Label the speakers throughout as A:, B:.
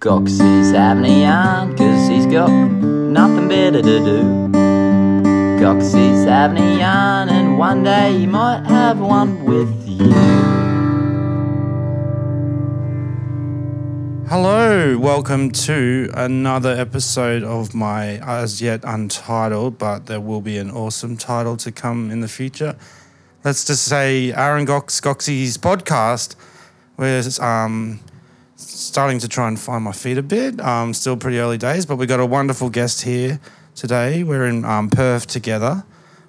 A: Gox is having a yarn, cause he's got nothing better to do. Gox is having a yarn, and one day he might have one with you.
B: Hello, welcome to another episode of my as yet untitled, but there will be an awesome title to come in the future. Let's just say Aaron Gox Goxie's podcast. We're um, starting to try and find my feet a bit. Um, still pretty early days, but we got a wonderful guest here today. We're in um, Perth together,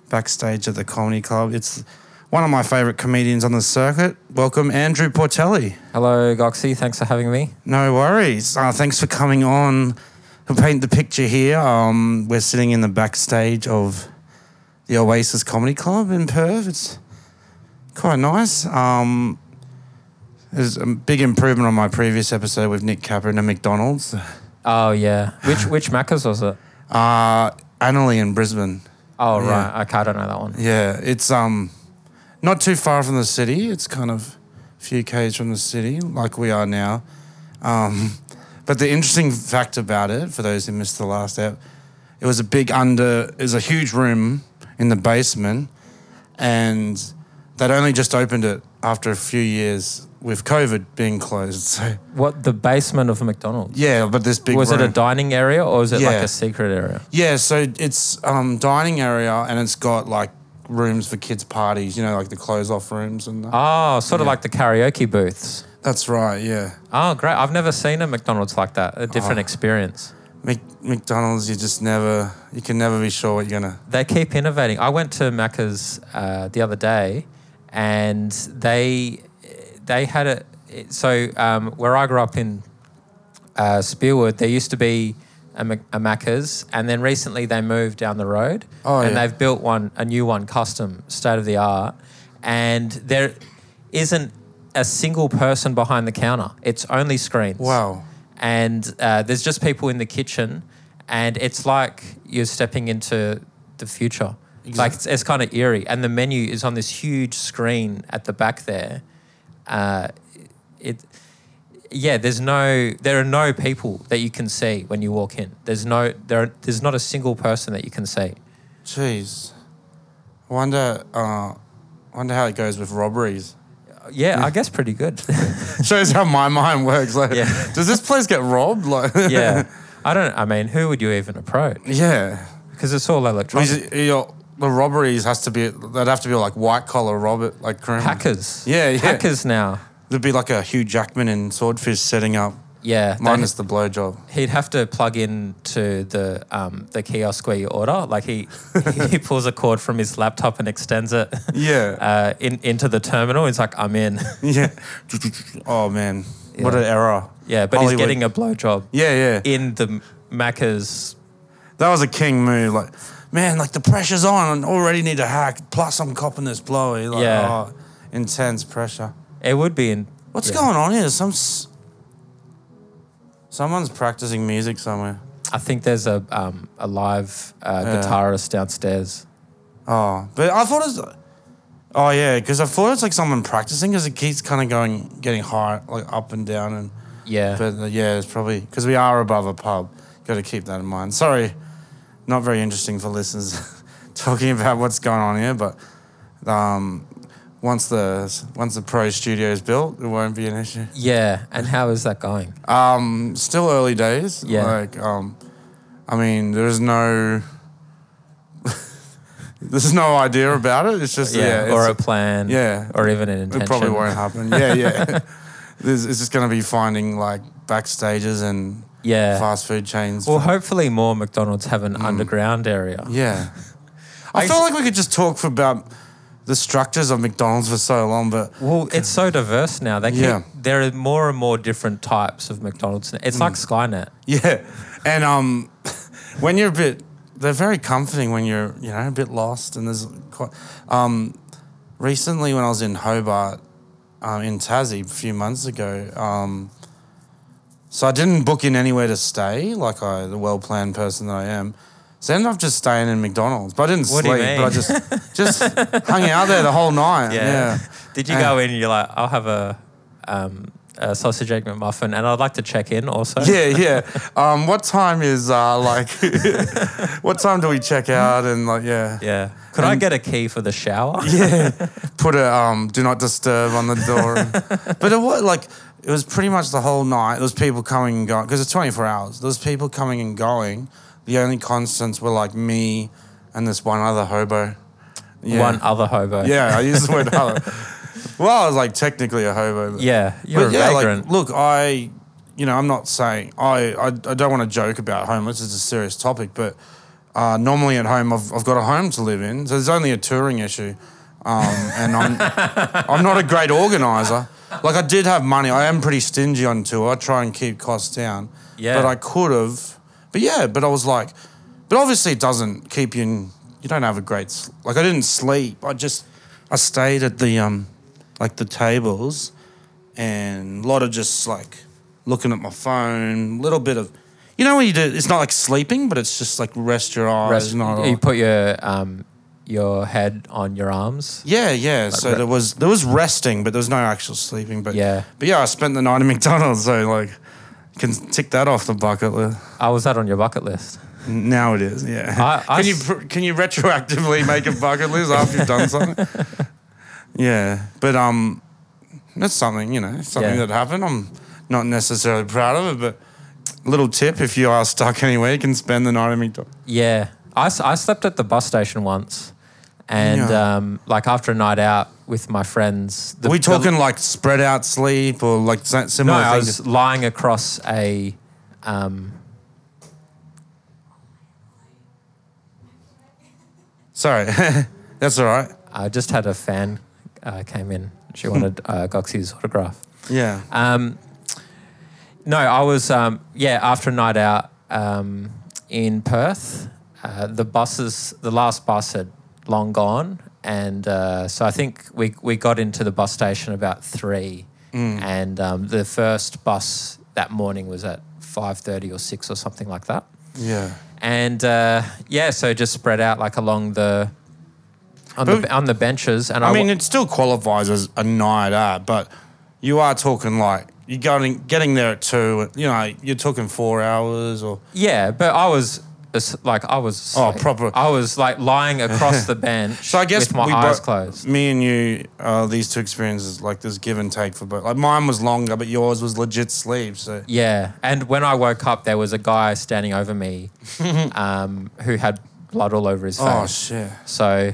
B: backstage at the Comedy Club. It's one of my favorite comedians on the circuit. Welcome, Andrew Portelli.
C: Hello, Goxie. Thanks for having me.
B: No worries. Uh, thanks for coming on. We'll paint the picture here. Um, we're sitting in the backstage of the Oasis Comedy Club in Perth. It's quite nice. Um, there's a big improvement on my previous episode with Nick Capper and a McDonald's.
C: Oh yeah, which which Macca's was it?
B: Uh, Annalee in Brisbane.
C: Oh
B: Yeah.
C: right, okay, I don't know that one.
B: Yeah, it's um, not too far from the city. It's kind of a few k's from the city, like we are now. Um, but the interesting fact about it, for those who missed the last app, it was a big under. It was a huge room in the basement, and they'd only just opened it after a few years with COVID being closed. So
C: What the basement of a McDonald's?
B: yeah, but this big
C: was it a
B: room-
C: dining area or was it like
B: Yeah.
C: a secret area?
B: Yeah, so it's um dining area and it's got like rooms for kids' parties, you know, like the close off rooms and that.
C: Oh, sort of like the karaoke booths.
B: That's right, yeah.
C: Oh great, I've never seen a McDonald's like that. A different experience.
B: Mc- McDonald's, you just never, you can never be sure what you're gonna.
C: They keep innovating. I went to Macca's uh, the other day, and they they had a so um, where I grew up in uh, Spearwood, there used to be a, Mac- a Macca's, and then recently they moved down the road,
B: Oh,
C: and
B: yeah.
C: they've built one, a new one, custom, state of the art, and there isn't a single person behind the counter. It's only screens.
B: Wow.
C: And uh, there's just people in the kitchen, and it's like you're stepping into the future. Like it's, it's kind of eerie, and the menu is on this huge screen at the back there. Uh, it yeah, there's no, there are no people that you can see when you walk in. There's no, there, are- there's not a single person that you can see.
B: Jeez, I wonder, uh, wonder how it goes with robberies.
C: Yeah, I guess pretty good.
B: Shows how my mind works. Like,
C: Yeah.
B: does this place get robbed? Like,
C: yeah, I don't. I mean, who would you even approach?
B: yeah.
C: Because it's all electronic.
B: Because your- the robberies has to be, they'd have to be like white collar robber, like crime.
C: hackers.
B: Yeah, yeah.
C: Hackers now.
B: There'd be like a Hugh Jackman and Swordfish setting up,
C: Yeah. they-
B: minus the blowjob.
C: he'd have to plug in to the um, the kiosk where you order. Like he he pulls a cord from his laptop and extends it.
B: Yeah.
C: Uh, in, into the terminal, he's like, "I'm in."
B: Yeah. Oh man, what an error.
C: Yeah, but
B: Hollywood.
C: he's getting a blowjob
B: Yeah, yeah.
C: in the Macca's
B: That was a king move. Like, man, like the pressure's on. I already need a hack. Plus, I'm copping this blow. Like,
C: Yeah.
B: oh, intense pressure.
C: It would be in.
B: What's
C: yeah.
B: going on here? Some s- someone's practicing music somewhere.
C: I think there's a um, a live uh,
B: Yeah.
C: guitarist downstairs.
B: Oh, but I thought it's. Oh yeah, because I thought it's like someone practicing because it keeps kind of going, getting high, like up and down, and
C: Yeah.
B: but uh, yeah, it's probably because we are above a pub. Got to keep that in mind. Sorry, not very interesting for listeners talking about what's going on here, but um, once the once the pro studio is built, it won't be an issue.
C: yeah. And how is that going?
B: Um, still early days.
C: Yeah.
B: Like, um, I mean, there's no. There's no idea about it. It's just yeah,
C: or
B: it's-
C: a plan.
B: yeah.
C: Or even an intention.
B: it probably won't happen. Yeah, yeah. There's, it's just going to be finding like backstages and
C: Yeah.
B: fast Mm. food chains.
C: Well, hopefully more McDonald's have an underground area.
B: yeah. I,
C: I
B: feel
C: s-
B: like we could just talk for about the structures of McDonald's for so long, but
C: Well, it's so diverse now. They keep,
B: Yeah.
C: There are more and more different types of McDonald's. now. It's like
B: Mm.
C: Skynet.
B: yeah. And um, when you're a bit, they're very comforting when you're, you know, a bit lost. And there's quite, um, recently when I was in Hobart, um, in Tassie a few months ago, um, so I didn't book in anywhere to stay, like I, the well planned person that I am. So I ended up just staying in McDonald's, but I didn't
C: What do
B: sleep.
C: you
B: But I
C: mean?
B: just just hung out there the whole night. yeah.
C: Did you go in and you're like, I'll have a um, uh, sausage egg McMuffin, and I'd like to check in also.
B: Yeah, yeah. Um, what time is uh, like? what time do we check out? And like, yeah,
C: Yeah. Could I get a key for the shower?
B: yeah. Put a um, do not disturb on the door. but it was like it was pretty much the whole night. There was people coming and going because it's twenty four hours. There was people coming and going. The only constants were like me and this one other hobo. Yeah.
C: One other hobo.
B: Yeah, I used the word hobo. Well, I was like technically a hobo. but-
C: Yeah. You're
B: But
C: a vagrant.
B: Like, look, I, you know, I'm not saying I, I, I don't want to joke about homeless. It's a serious topic, but uh, normally at home, I've, I've got a home to live in, so there's only a touring issue, um, and I'm, I'm not a great organizer. Like I did have money. I am pretty stingy on tour. I try and keep costs down.
C: Yeah.
B: But I could have. But yeah, but I was like, but obviously it doesn't keep you in. You don't have a great s- like. I didn't sleep. I just I stayed at the um like the tables and a lot of just like looking at my phone, little bit of, you know, when you do, it's not like sleeping, but it's just like rest your eyes.
C: Rest-
B: not
C: you put your um, your head on your arms.
B: yeah, yeah. so
C: re-
B: there was there was resting, but there was no actual sleeping. But
C: Yeah.
B: but yeah, I spent the night at McDonald's, so like can tick that off the bucket list.
C: Oh, was that on your bucket list?
B: Now it is, yeah.
C: I- I
B: can you
C: s-
B: pr- can you retroactively make a bucket list after you've done something? yeah, but um, that's something you know, something
C: Yeah.
B: that happened. I'm not necessarily proud of it, but little tip: if you are stuck anywhere, you can spend the night at McDonald's.
C: Yeah. I, s- I slept at the bus station once. And
B: Yeah.
C: um, like after a night out with my friends. The,
B: Are we
C: the-
B: talking like spread out sleep or like si-
C: no,
B: similar
C: I
B: things?
C: was lying across a. Um,
B: Sorry, that's all right.
C: I just had a fan uh, came in. She wanted uh, Goxie's autograph.
B: Yeah.
C: Um, no, I was um, yeah after a night out um, in Perth, uh, the buses the last bus had long gone, and uh, so I think we we got into the bus station about three, and um, the first bus that morning was at five thirty or six or something like that,
B: Yeah.
C: and uh, yeah, so just spread out like along the. On
B: But-
C: the, on the benches, and I,
B: I
C: wa-
B: mean, it still qualifies as a night out, but you are talking like you're going getting there at two. You know, you're talking four hours or
C: Yeah, but I was as- like, I was
B: Oh,
C: asleep.
B: proper-
C: I was like lying across the bench.
B: so. I guess
C: with my
B: we
C: eyes
B: bo-
C: closed.
B: Me and you, uh, these two experiences, like there's give and take for both. Like mine was longer, but yours was legit sleep. So
C: Yeah, and when I woke up, there was a guy standing over me, um, who had blood all over his face.
B: oh shit,
C: so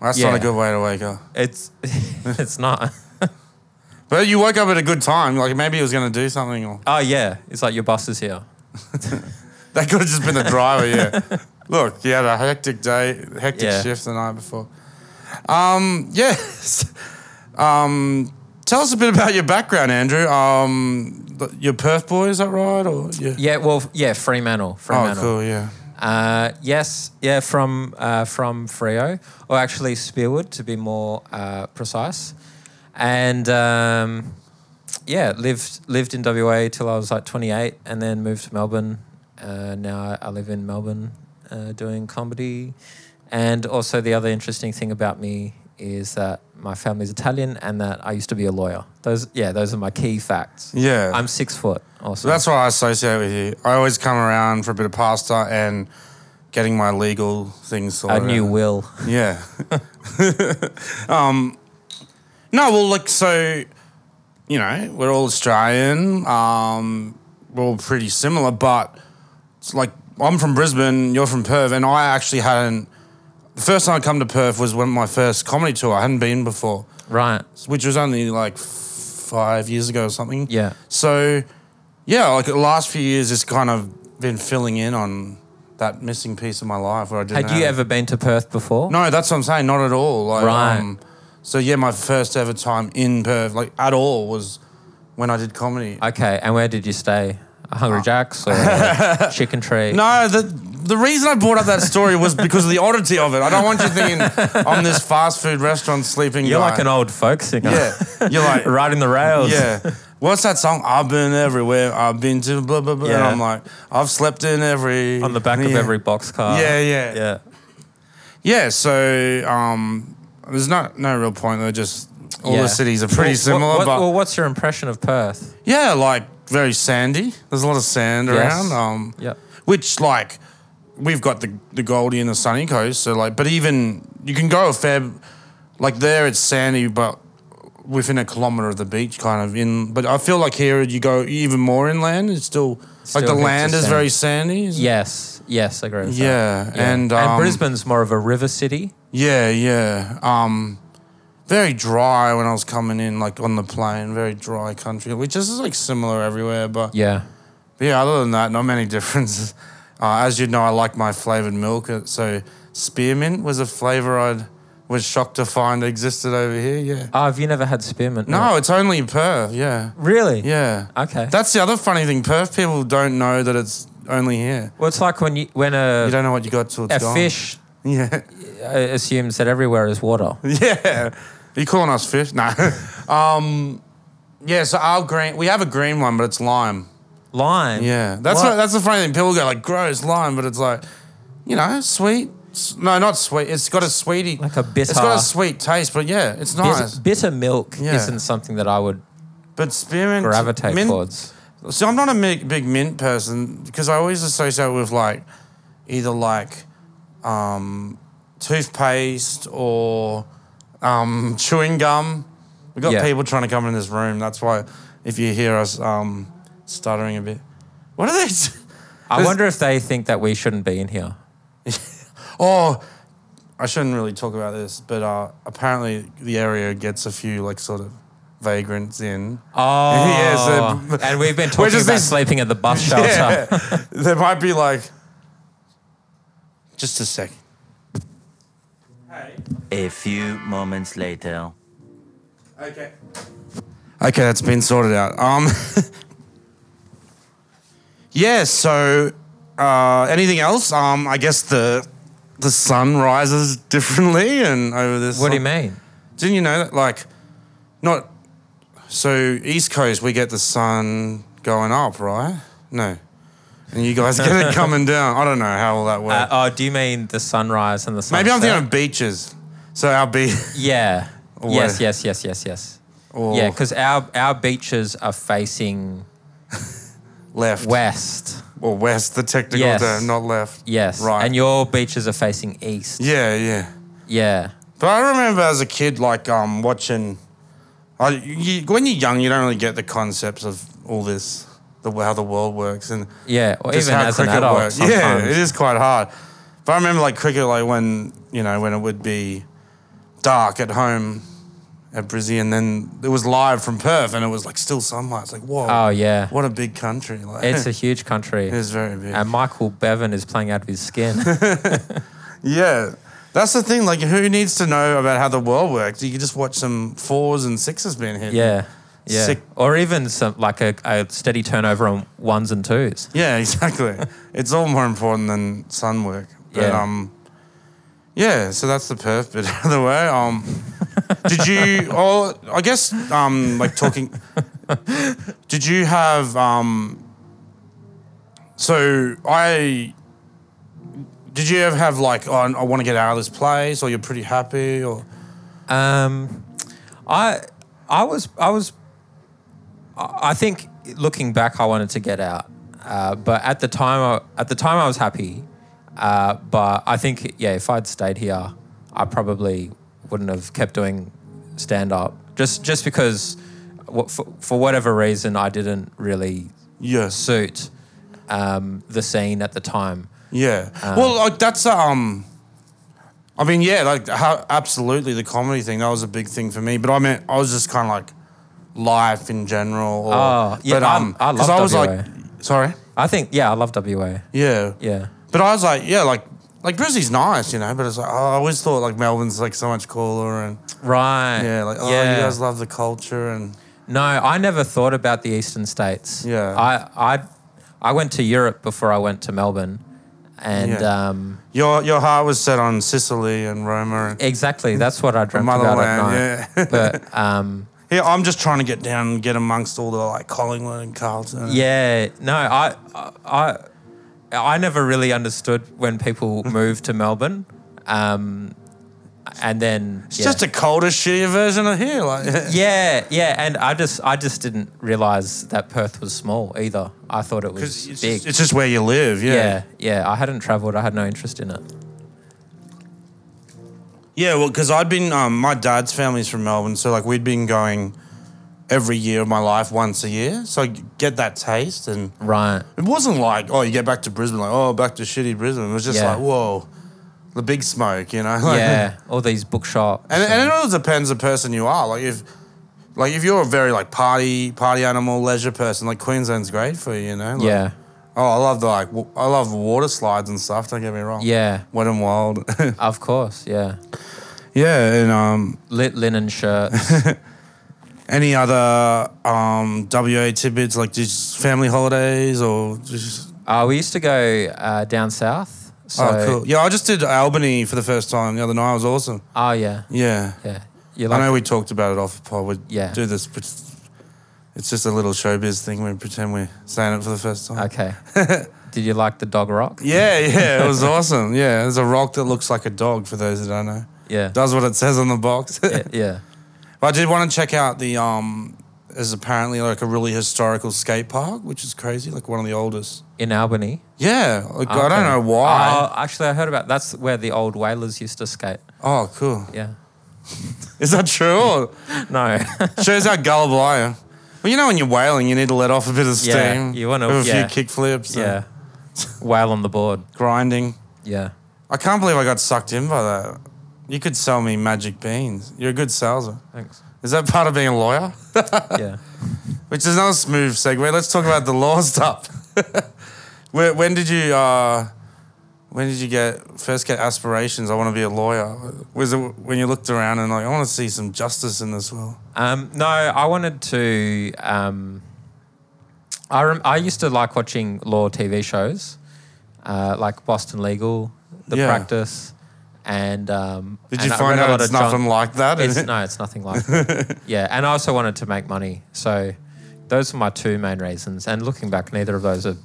B: that's not
C: Yeah.
B: a good way to wake up.
C: it's it's not.
B: But you woke up at a good time. Like maybe he was going to do something, or
C: Oh yeah, it's like your bus is here.
B: that could have just been the driver. Yeah. Look, you had a hectic day, hectic
C: Yeah.
B: shift the night before. Um, yes. Um, tell us a bit about your background, Andrew. Um, th- you're Perth boy, is that right? Or yeah.
C: Yeah, well, f- yeah, Fremantle,
B: Oh,
C: Fremantle.
B: cool. Yeah.
C: Uh, yes, yeah, from uh, from Freo, or actually Spearwood to be more uh, precise, and um, yeah, lived lived in WA till I was like 28, and then moved to Melbourne. Uh, now I, I live in Melbourne, uh, doing comedy, and also the other interesting thing about me is that my family's Italian and that I used to be a lawyer. Those yeah, those are my key facts.
B: Yeah.
C: I'm six foot. Also,
B: So that's what I associate with you. I always come around for a bit of pasta and getting my legal things
C: a
B: sorted.
C: new
B: out.
C: will.
B: Yeah. um, no, well, look, so, you know, we're all Australian. Um, we're all pretty similar, but it's like I'm from Brisbane, you're from Perth, and I actually hadn't. The first time I come to Perth was when my first comedy tour. I hadn't been before,
C: Right.
B: which was only like f- five years ago or something.
C: Yeah.
B: So, yeah, like the last few years, it's kind of been filling in on that missing piece of my life where I didn't.
C: Had you
B: have it.
C: ever been to Perth before?
B: No, that's what I'm saying. Not at all. Like, um,
C: Right.
B: so yeah, my first ever time in Perth, like at all, was when I did comedy.
C: Okay, and where did you stay? A Hungry Jack's or Chicken Tree?
B: Oh. no, the the reason I brought up that story was because of the oddity of it. I don't want you thinking I'm this fast food restaurant sleeping.
C: You're
B: guy.
C: like an old folk singer.
B: yeah. You're like
C: Riding the rails.
B: Yeah. What's that song? I've been everywhere. I've been to blah blah blah. And
C: Yeah.
B: I'm like, I've slept in every
C: On the back of
B: Yeah.
C: every boxcar.
B: Yeah, yeah.
C: Yeah.
B: Yeah, so um, there's no no real point. They're just all
C: Yeah.
B: the cities are pretty
C: Well,
B: similar,
C: what- what-
B: but
C: well, what's your impression of Perth?
B: yeah, like very sandy. There's a lot of sand
C: Yes.
B: around. Um,
C: Yep.
B: which like we've got the the Goldie and the Sunny Coast. So like, but even you can go a fair, like there it's sandy, but within a kilometer of the beach, kind of in. But I feel like here you go even more inland. It's still,
C: Still
B: like the
C: heaps
B: land
C: of
B: is
C: sand.
B: very sandy. isn't it?
C: Yes, yes, I agree with
B: Yeah,
C: that.
B: and, um,
C: and Brisbane's more of a river city.
B: Yeah, yeah. Um, very dry when I was coming in, like on the plane. Very dry country, which is like similar everywhere, but.
C: Yeah.
B: But yeah, other than that, not many differences. Uh, as you know, I like my flavored milk, uh, so spearmint was a flavor I was shocked to find existed over here. Yeah.
C: Oh, have you never had spearmint?
B: No, it's only in Perth. Yeah,
C: Really?
B: yeah.
C: Okay.
B: That's the other funny thing. Perth people don't know that it's only here.
C: well, it's like when you when
B: You
C: a
B: don't know what you got till it's
C: a
B: gone.
C: fish
B: Yeah,
C: uh, assumes that everywhere is water.
B: yeah. Are you calling us fish? No. um, yeah. So our green, we have a green one, but it's lime.
C: Lime.
B: Yeah, that's
C: What?
B: what, that's the funny thing. People go like, "Gross lime," but it's like, you know, sweet. S- No, not sweet. It's got a sweetie,
C: Like a bitter-
B: It's got a sweet taste, but yeah, it's nice.
C: Bitter, bitter milk
B: Yeah.
C: isn't something that I would
B: But spearmint,
C: gravitate
B: mint-
C: towards.
B: So I'm not a mi- big mint person because I always associate it with like either like um, toothpaste or um, chewing gum. We've got
C: Yeah.
B: people trying to come in this room. That's why if you hear us um, stuttering a bit, what are they? t-
C: I
B: There's-
C: wonder if they think that we shouldn't be in here.
B: Oh, I shouldn't really talk about this, but uh, apparently the area gets a few like sort of vagrants in.
C: Oh,
B: Yeah, so-
C: and we've been
B: We're
C: talking
B: just
C: about
B: these-
C: sleeping at the bus shelter.
B: Yeah, there might be like just a sec.
A: A few moments later.
B: Okay. Okay, that's been sorted out. Um. yeah. So, uh, anything else? Um, I guess the the sun rises differently, and over this.
C: What do you
B: sun-
C: mean?
B: Didn't you know that? Like, not. So East Coast, we get the sun going up, right? No, and you guys get it coming down. I don't know how all that
C: Uh,
B: works.
C: oh, do you mean the sunrise and the sunset?
B: Maybe I'm thinking of beaches. So our beach.
C: Yeah. Yes,
B: where-
C: yes, yes, yes, yes.
B: Or
C: Yeah, because our, our beaches are facing
B: left.
C: west.
B: Or west. The technical
C: Yes.
B: term, not left.
C: Yes.
B: Right.
C: And your beaches are facing east.
B: Yeah, yeah.
C: Yeah.
B: But I remember as a kid, like um, watching. I, you, when you're young, you don't really get the concepts of all this, the how the world works, and
C: Yeah. Or
B: just
C: even
B: how
C: as an
B: cricket
C: adult.
B: works. Yeah,
C: sometimes.
B: it is quite hard. But I remember like cricket, like when you know when it would be dark at home at Brizzy, and then it was live from Perth, and it was like still sunlight. It's like whoa,
C: Oh, yeah.
B: what a big country! Like
C: It's a huge country.
B: it's very big.
C: And Michael Bevan is playing out of his skin.
B: Yeah. That's the thing, like who needs to know about how the world works? You can just watch some fours and sixes being hit.
C: yeah. Yeah.
B: Sick.
C: Or even some like a, a steady turnover on ones and twos.
B: Yeah, exactly. it's all more important than sun work. But
C: Yeah.
B: um Yeah, so that's the perf bit out of the way. Um did you oh I guess um like talking did you have um so I did you ever have like oh, I want to get out of this place or you're pretty happy or
C: Um, I I was I was I I think looking back, I wanted to get out, uh, but at the time I, at the time I was happy, uh, but I think yeah, if I'd stayed here, I probably wouldn't have kept doing stand up just just because wha- for, for whatever reason I didn't really
B: yes.
C: suit um, the scene at the time.
B: Yeah. well, like that's um. I mean, yeah, like how, absolutely the comedy thing that was a big thing for me. But I mean, I was just kind of like life in general. Or,
C: Oh, yeah,
B: but,
C: I'm-
B: um,
C: I love
B: 'cause was
C: WA.
B: like, sorry,
C: I think yeah, I love WA.
B: yeah,
C: Yeah.
B: But I was like, yeah, like like Brizzy's nice, you know. But it's like oh, I always thought like Melbourne's like so much cooler and
C: Right.
B: yeah, like oh, you guys love the culture and
C: No, I never thought about the eastern states.
B: Yeah.
C: I I, I went to Europe before I went to Melbourne, and
B: Yeah.
C: um,
B: your your heart was set on Sicily and Roma. And,
C: exactly that's what I dreamt about at night.
B: motherland, yeah.
C: But um,
B: yeah, I'm just trying to get down and get amongst all the like Collingwood and Carlton.
C: yeah, no, I I I never really understood when people moved to Melbourne. Um, and then
B: It's
C: yeah.
B: just a colder, shittier version of here. Like,
C: yeah, yeah, and I just I just didn't realize that Perth was small either. I thought it was
B: 'Cause it's,
C: big.
B: just, it's just where you live. Yeah.
C: yeah, yeah. I hadn't traveled. I had no interest in it.
B: Yeah, well, because I'd been, um, my dad's family's from Melbourne, so like we'd been going every year of my life once a year. So I get that taste. And
C: Right.
B: it wasn't like, oh, you get back to Brisbane, like, oh, back to shitty Brisbane. It was just
C: Yeah.
B: like, whoa, the big smoke, you know? Like,
C: Yeah. All these bookshops.
B: And, and it all depends the person you are. Like if, like if you're a very like party party animal leisure person, like Queensland's great for you, you know. Like,
C: yeah.
B: Oh, I love the like w- I love water slides and stuff. Don't get me wrong.
C: Yeah.
B: Wet and wild.
C: Of course. Yeah.
B: yeah, and um,
C: Lit linen shirts.
B: any other um WA tidbits like just family holidays or just
C: uh, we used to go uh, down south. So,
B: oh cool. Yeah, I just did Albany for the first time the other night. It was awesome.
C: Oh yeah.
B: Yeah.
C: Yeah. You
B: I
C: like
B: know we talked about it off the pod. We
C: Yeah.
B: do this, but it's just a little showbiz thing. We pretend we're saying it for the first time.
C: Okay. Did you like the dog rock?
B: Yeah, yeah, it was awesome. Yeah, there's a rock that looks like a dog for those that don't know.
C: Yeah.
B: Does what it says on the box.
C: yeah. Yeah.
B: but I did want to check out the um is apparently like a really historical skate park, which is crazy, like one of the oldest.
C: In Albany.
B: Yeah, like, I
C: Okay.
B: don't know why.
C: Oh, actually, I heard about that's where the old whalers used to skate.
B: oh, cool.
C: Yeah.
B: Is that true? Or
C: No.
B: shows how gullible I am. Well, you know, when you're whaling, you need to let off a bit of steam.
C: Yeah, you wanna-
B: have a
C: yeah.
B: few kick flips.
C: yeah. Whale on the board.
B: grinding.
C: Yeah.
B: I can't believe I got sucked in by that. You could sell me magic beans. You're a good salesman.
C: Thanks.
B: Is that part of being a lawyer?
C: Yeah.
B: Which is not a smooth segue. Let's talk about the law stuff. when, when did you uh, when did you get first get aspirations? I want to be a lawyer. Was it when you looked around and like I want to see some justice in this world?
C: Um, no, I wanted to. Um, I rem- I used to like watching law TV shows, uh, like Boston Legal, The
B: Yeah.
C: Practice, and um,
B: Did
C: and
B: you
C: I
B: find
C: read a
B: out
C: lot
B: it's
C: of junk-
B: nothing like that?
C: It's, no, it's nothing like that. yeah, and I also wanted to make money. So those are my two main reasons. And looking back, neither of those are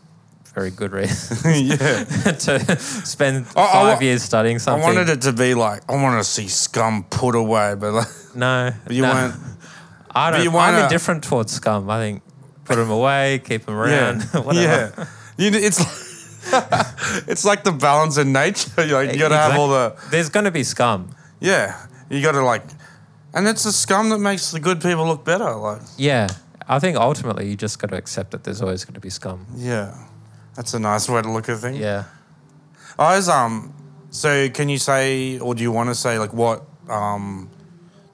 C: very good reasons
B: yeah.
C: to spend
B: I- I wa-
C: five years studying
B: I
C: something.
B: wanted it to be like I want to see scum put away, but like,
C: No,
B: but you
C: no.
B: weren't.
C: I
B: but
C: don't.
B: you
C: I'm
B: wanna-
C: indifferent towards scum. I think put them away, keep them around, whatever.
B: Yeah. You, kn- it's like, it's like the balance in nature. You're like, you gotta have all the
C: There's going to be scum.
B: yeah. You gotta like, and it's the scum that makes the good people look better. Like
C: Yeah. I think ultimately you just got to accept that there's always going to be scum.
B: yeah, that's a nice way to look at things.
C: Yeah.
B: I was um. So can you say, or do you want to say, like what um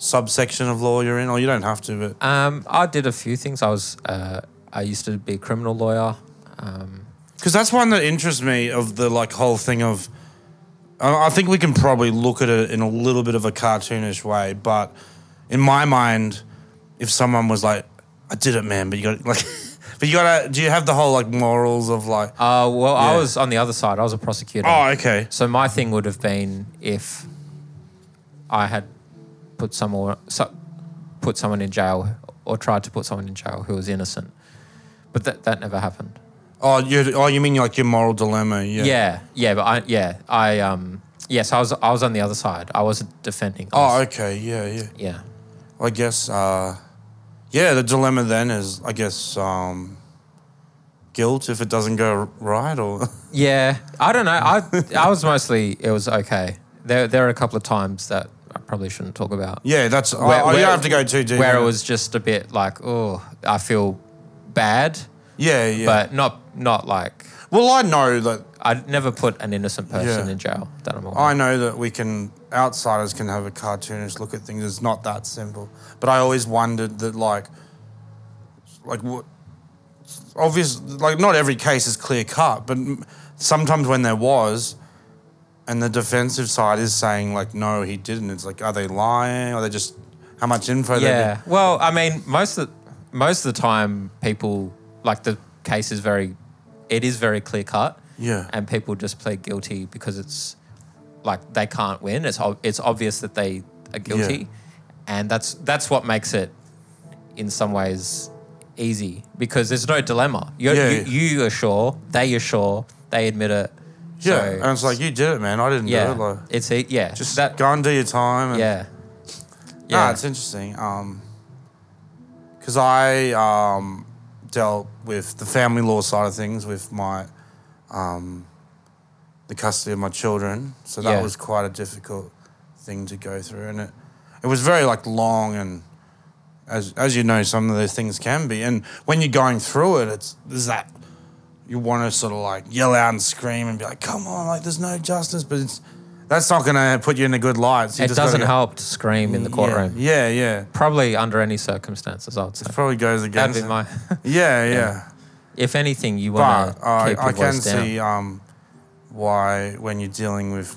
B: subsection of law you're in, or you don't have to, but
C: Um, I did a few things. I was, uh, I used to be a criminal lawyer. Um,
B: Because that's one that interests me of the like whole thing of. I I think we can probably look at it in a little bit of a cartoonish way, but in my mind, if someone was like, "I did it, man," but you got like, but you gotta. Do you have the whole like morals of like?
C: uh, well, I
B: Yeah.
C: was on the other side. I was a prosecutor.
B: Oh, okay.
C: So my thing would have been if I had put someone so, put someone in jail or tried to put someone in jail who was innocent, but that that never happened.
B: Oh, you. Oh, you mean like your moral dilemma? Yeah.
C: Yeah, yeah, but I yeah I um yes I was I was on the other side. I wasn't defending. I
B: Oh,
C: was-
B: okay. Yeah, yeah.
C: yeah,
B: I guess. uh Yeah, the dilemma then is, I guess, um guilt if it doesn't go right, or
C: yeah. I don't know. I I was mostly it was okay. There there are a couple of times that I probably shouldn't talk about.
B: yeah, that's. I- I, oh, you don't have to go too deep.
C: Where it
B: in
C: was just a bit like oh I feel bad,
B: Yeah, yeah.
C: but not not like
B: well, I know that
C: I'd never put an innocent person
B: Yeah. Oh,
C: in jail that I'm aware
B: I
C: of.
B: know that we can outsiders can have a cartoonish look at things. It's not that simple. But I always wondered that, like, like what? Obvious, like not every case is clear cut, but m- sometimes when there was, and the defensive side is saying like, no, he didn't. It's like, are they lying? Are they just how much info? They
C: Yeah. Well, I mean, most of most of the time, people like the case is very, it is very clear cut,
B: did? Yeah.
C: and people just plead guilty because it's like they can't win. It's ob- it's obvious that they are guilty, and that's that's what makes it, in some ways, easy because there's no dilemma. You're,
B: Yeah.
C: You you are sure, they are sure, they admit it,
B: Yeah,
C: So-
B: and it's like you did it, man. I didn't do
C: yeah,
B: it. Like,
C: it's e- yeah,
B: just
C: just that
B: go and do your time. And,
C: yeah,
B: yeah,
C: yeah,
B: it's interesting. Um, because I um dealt with the family law side of things with my um the custody of my children, so that
C: Yeah.
B: was quite a difficult thing to go through, and it it was very like long and. As, as you know, some of those things can be, and when you're going through it, it's there's that you want to sort of like yell out and scream and be like, "Come on, like there's no justice," but it's that's not going to put you in a good light. So you
C: it
B: just gotta
C: doesn't
B: go-
C: help to scream in the courtroom.
B: yeah, yeah.
C: Probably under any circumstances, I would say.
B: Probably goes
C: That'd
B: against.
C: be
B: it.
C: my.
B: yeah, yeah.
C: if anything, you want
B: But
C: to
B: I,
C: keep your
B: I can
C: voice down.
B: see um, why when you're dealing with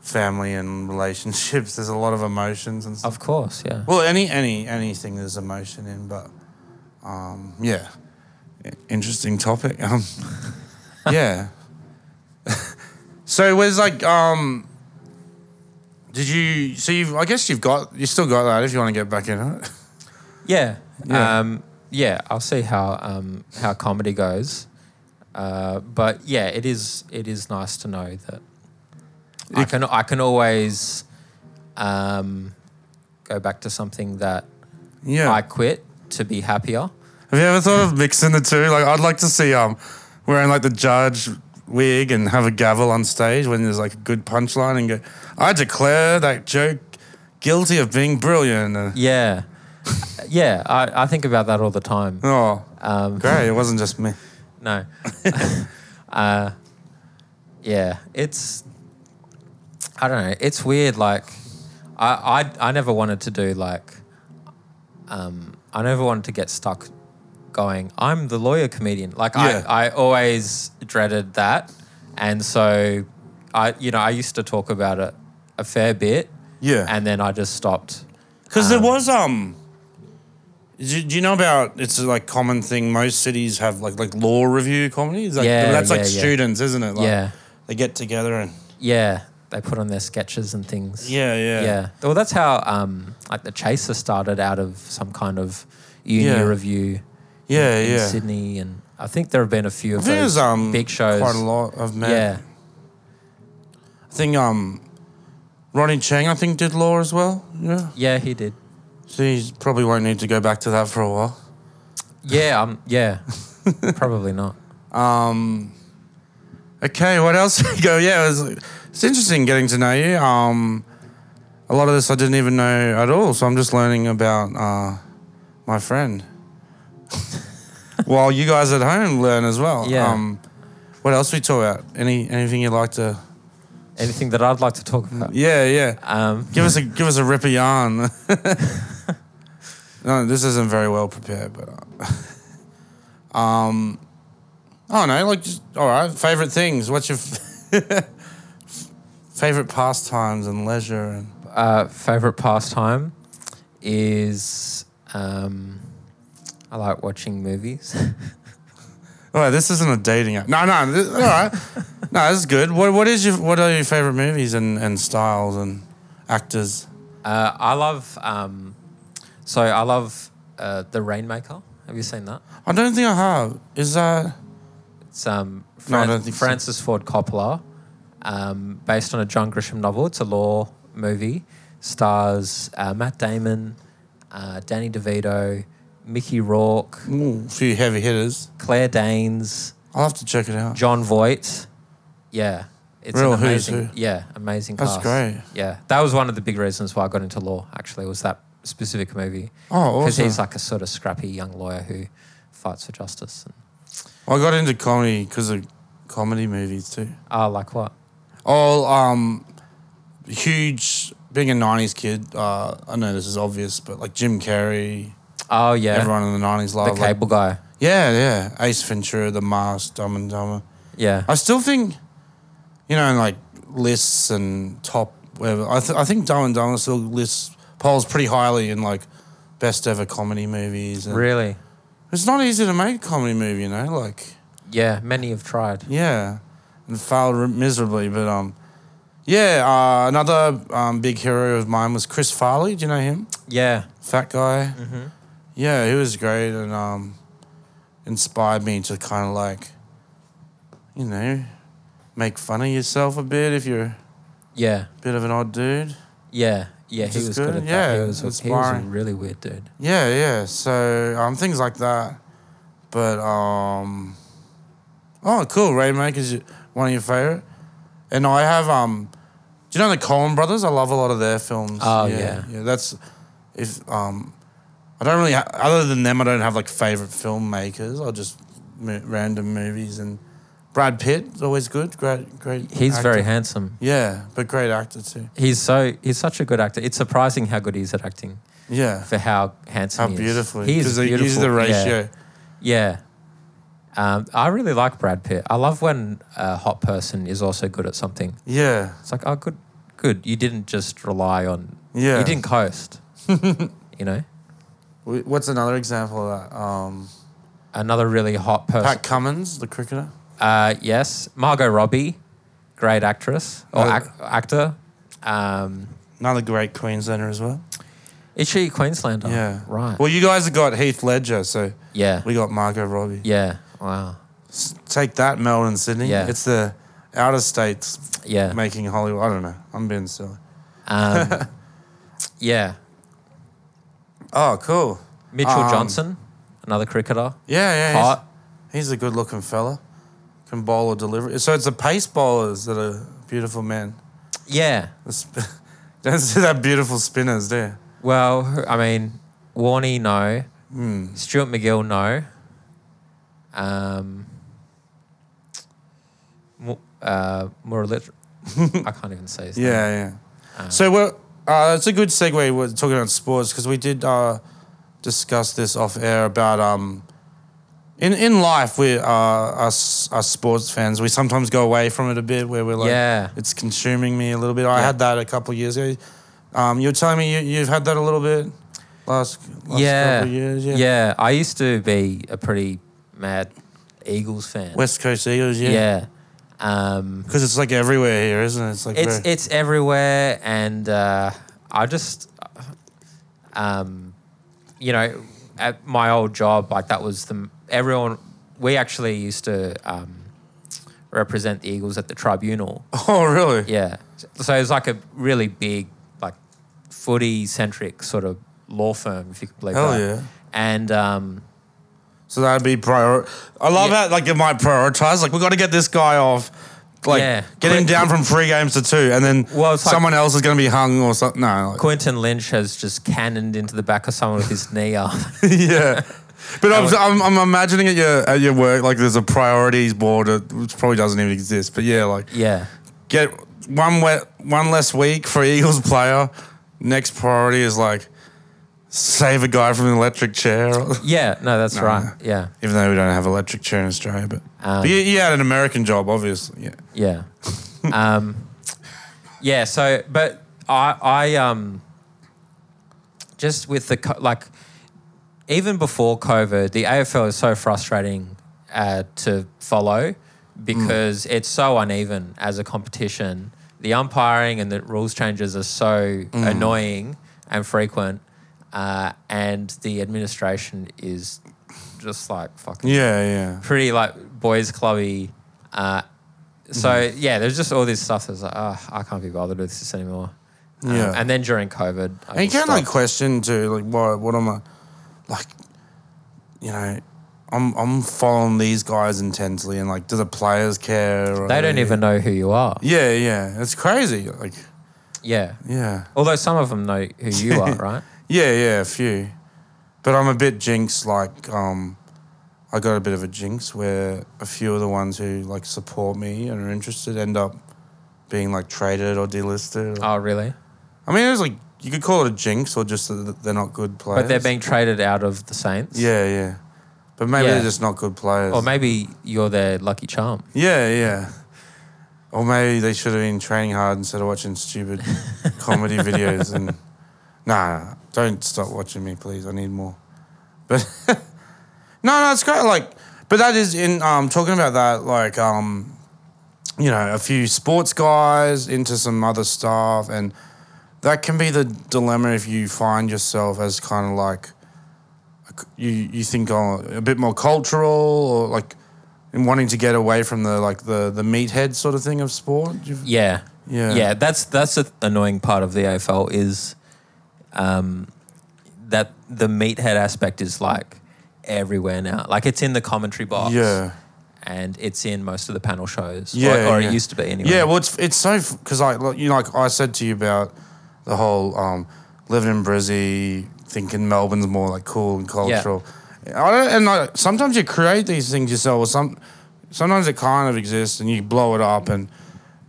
B: family and relationships, there's a lot of emotions and stuff.
C: Of course, yeah.
B: Well, any any anything there's emotion in, but um, yeah, I- interesting topic. Um, yeah. so it was like, um, did you? So you've, I guess you've got, you still got that if you want to get back in it.
C: Yeah.
B: Yeah.
C: Yeah. Um, yeah. I'll see how um, how comedy goes. Uh, but yeah, it is it is nice to know that I
B: You-
C: can I can always um, go back to something that
B: Yeah.
C: I quit to be happier.
B: Have you ever thought of mixing the two? Like, I'd like to see um wearing like the judge wig and have a gavel on stage when there's like a good punchline and go, I declare that joke guilty of being brilliant. Uh,
C: Yeah. yeah. I, I think about that all the time.
B: Oh,
C: Um,
B: great! It wasn't just me.
C: No. uh, yeah, it's. I don't know. It's weird. Like, I I I never wanted to do like. Um, I never wanted to get stuck, going. I'm the lawyer comedian. Like
B: Yeah.
C: I I always dreaded that, and so, I you know I used to talk about it a fair bit,
B: Yeah,
C: and then I just stopped.
B: because there was um. Do, do you know about? It's a, like common thing. Most cities have like like law review comedies. Like,
C: Yeah,
B: that's like
C: yeah, yeah.
B: students, isn't it? Like,
C: Yeah.
B: they get together and
C: Yeah, they put on their sketches and things.
B: yeah, yeah,
C: Yeah. Well, that's how um, like the Chaser started out of some kind of uni
B: Yeah.
C: review
B: yeah,
C: in
B: yeah.
C: Sydney, and I think there have been a few of
B: I think
C: those
B: there's um
C: big shows.
B: Quite a lot of men.
C: Yeah.
B: I think um, Ronnie Chang, I think, did law as well. Yeah.
C: Yeah, he did.
B: So he probably won't need to go back to that for a while.
C: Yeah. Um. Yeah. Probably not.
B: Okay, what else? go, yeah, it was, it's interesting getting to know you. Um, a lot of this I didn't even know at all, so I'm just learning about uh, my friend. While you guys at home learn as well. Um,
C: Yeah.
B: what else we talk about? Any anything you'd like to?
C: Anything that I'd like to talk about.
B: Yeah, yeah.
C: Um.
B: Give us a give us a rip of yarn. no, this isn't very well prepared, but uh, um, I don't know. Like, just, all right, favorite things. What's your f- favorite pastimes and leisure? And
C: Uh. Favorite pastime is um. I like watching movies.
B: all right, this isn't a dating app. No, no. This, all right, no, this is good. What what is your what are your favorite movies and, and styles and actors?
C: Uh, I love. Um, so I love uh, the Rainmaker. Have you seen that?
B: I don't think I have. Is that
C: It's um,
B: No, I
C: Fran-
B: don't think so.
C: Francis Ford Coppola, um, based on a John Grisham novel. It's a law movie. Stars uh, Matt Damon, uh, Danny DeVito, Mickey Rourke,
B: ooh, a few heavy hitters?
C: Claire Danes,
B: I'll have to check it out.
C: John Voight. Yeah, it's
B: Real
C: an
B: who's
C: amazing.
B: who.
C: Yeah, amazing.
B: That's
C: cast.
B: great.
C: Yeah, that was one of the big reasons why I got into law. Actually, was that specific movie.
B: Oh, awesome.
C: Because he's like a sort of scrappy young lawyer who fights for justice. And,
B: I got into comedy because of comedy movies too.
C: oh, like what?
B: Oh, um, huge, being a 90s kid, uh, I know this is obvious, but like Jim Carrey,
C: Oh, yeah.
B: everyone in the 90s
C: the
B: loved. like-
C: cable guy.
B: yeah, yeah. Ace Ventura, The Mask, Dumb and Dumber.
C: Yeah.
B: I still think, you know, in like lists and top, whatever, I, th- I think Dumb and Dumber still lists, polls pretty highly in like best ever comedy movies. And
C: Really?
B: It's not easy to make a comedy movie, you know, like.
C: Yeah, many have tried.
B: Yeah, and failed r- miserably. But um, yeah, uh, another um, big hero of mine was Chris Farley. Do you know him?
C: Yeah.
B: Fat guy.
C: hmm
B: Yeah, he was great and um, inspired me to kind of like, you know, make fun of yourself a bit if you're a
C: Yeah,
B: bit of an odd dude.
C: yeah, yeah.
B: Which
C: He
B: is
C: was
B: good,
C: good, at that.
B: yeah,
C: He was, he was a
B: inspiring.
C: really weird dude.
B: Yeah, yeah. So um, things like that. But um, oh, cool. Rainmaker's y- one of your favorite, and I have um, do you know the Coen Brothers? I love a lot of their films.
C: Oh,
B: yeah.
C: yeah.
B: that's if um, I don't really ha- other than them, I don't have like favorite filmmakers. I just mo- random movies and Brad Pitt's always good. Great, great.
C: He's
B: actor.
C: very handsome.
B: yeah, but great actor too.
C: He's so he's such a good actor. It's surprising how good he is at acting
B: Yeah,
C: for how handsome
B: how
C: he is.
B: beautifully
C: He
B: because
C: is
B: they
C: beautiful.
B: use the
C: yeah.
B: ratio.
C: Yeah. Um, I really like Brad Pitt. I love when a hot person is also good at something.
B: Yeah,
C: It's like, oh, good, good. You didn't just rely on.
B: yeah.
C: You didn't coast. you know,
B: Wh- What's another example of that? Um,
C: another really hot person.
B: Pat Cummins, the cricketer.
C: Uh, yes, Margot Robbie, great actress or
B: Uh,
C: ac- actor. Um,
B: Another great Queenslander as well.
C: is she a Queenslander?
B: yeah.
C: Oh, Right.
B: Well, you guys have got Heath Ledger, so
C: yeah.
B: we got Margot Robbie.
C: yeah. Wow.
B: S- take that, Melbourne and Sydney.
C: Yeah.
B: It's the outer states
C: Yeah.
B: making Hollywood. I don't know. I'm being silly.
C: Um, yeah.
B: Oh, cool.
C: Mitchell
B: Um,
C: Johnson, another cricketer. Oh,
B: Yeah, yeah. he's-
C: Hot.
B: He's a good looking fella. Can bowl or deliver. So it's the pace bowlers that are beautiful men.
C: Yeah.
B: The sp- don't see that beautiful spinners, do you?
C: Well, I mean, Warney, no.
B: Hmm.
C: Stuart McGill, no. Um, Mu- uh, Murali- I can't even say his name.
B: Yeah, yeah. so well, uh, it's a good segue. We're talking about sports because we did uh, discuss this off air about um, in in life we uh, us us sports fans we sometimes go away from it a bit where we're like
C: Yeah.
B: it's consuming me a little bit. I
C: Yeah.
B: had that a couple of years ago. Um, you were telling me you, you've had that a little bit last, last
C: yeah.
B: couple of years. Yeah.
C: Yeah, I used to be a pretty mad Eagles fan.
B: West Coast Eagles. Yeah.
C: yeah. Um,
B: Because it's like everywhere here, isn't it? It's like
C: it's
B: very-
C: it's everywhere, and uh, I just, um, you know, at my old job, like that was the everyone. We actually used to um, represent the Eagles at the tribunal.
B: oh really?
C: Yeah, so it was like a really big, like, footy centric sort of law firm, if you could believe
B: Hell
C: that.
B: yeah.
C: And um,
B: So that'd be prior. I love
C: Yeah.
B: how like it might prioritize. Like we got to get this guy off. Like
C: Yeah.
B: get him
C: Quick.
B: down from three games to two, and then
C: Well, it's like-
B: someone else is going to be hung or something. No, like,
C: Quentin Lynch has just cannoned into the back of someone with his knee up.
B: yeah. But I'm,
C: would-
B: I'm, I'm imagining at your at your work like there's a priorities board that- which probably doesn't even exist. But yeah, like
C: yeah.
B: get one wet one less week for Eagles player. Next priority is like save a guy from an electric chair.
C: Yeah, no, that's
B: No.
C: right. Yeah,
B: even though we don't have electric chair in Australia, but,
C: Um,
B: but you, you had an American job, obviously. Yeah.
C: yeah, um, yeah. So, but I, I, um, just with the co- like, even before COVID, the AFL is so frustrating uh, to follow because it's so uneven as a competition. The umpiring and the rules changes are so annoying and frequent, uh, and the administration is just like fucking
B: Yeah, yeah.
C: pretty like boys clubby. Uh, so
B: Mm-hmm.
C: yeah, there's just all this stuff that's like, oh, I can't be bothered with this anymore. Um,
B: Yeah.
C: And then during COVID, I
B: And you
C: just
B: can like
C: stopped.
B: question too, like what what am I like you know, I'm I'm following these guys intensely and like do the players care or
C: they don't even know who you are.
B: Yeah, yeah. It's crazy. Like
C: Yeah.
B: yeah.
C: Although some of them know who you are, right?
B: Yeah, yeah, a few. But I'm a bit jinxed like um I got a bit of a jinx where a few of the ones who like support me and are interested end up being like traded or delisted.
C: Oh, really?
B: I mean, it was like you could call it a jinx or just that they're not good players.
C: But they're being traded out of the Saints.
B: Yeah, yeah. But maybe
C: Yeah.
B: they're just not good players.
C: Or maybe you're their lucky charm.
B: yeah, yeah. Or maybe they should have been training hard instead of watching stupid comedy videos. And nah, nah, don't stop watching me, please. I need more. But no, no, it's great. Like, but that is in um, talking about that. Like, um, you know, a few sports guys into some other stuff, and that can be the dilemma if you find yourself as kind of like you you think oh, a bit more cultural or like and wanting to get away from the like the the meathead sort of thing of sport. You've-
C: Yeah.
B: Yeah.
C: Yeah. That's that's the annoying part of the AFL is um, that the meathead aspect is like everywhere now. Like it's in the commentary box.
B: Yeah.
C: And it's in most of the panel shows. Or-
B: Yeah,
C: Or,
B: yeah.
C: it used to be anyway.
B: Yeah, well, it's it's so because I like, you know, like I said to you about the whole um, living in Brizzy, thinking Melbourne's more like cool and cultural. I don't, and like sometimes you create these things yourself, or some sometimes it kind of exists and you blow it up. And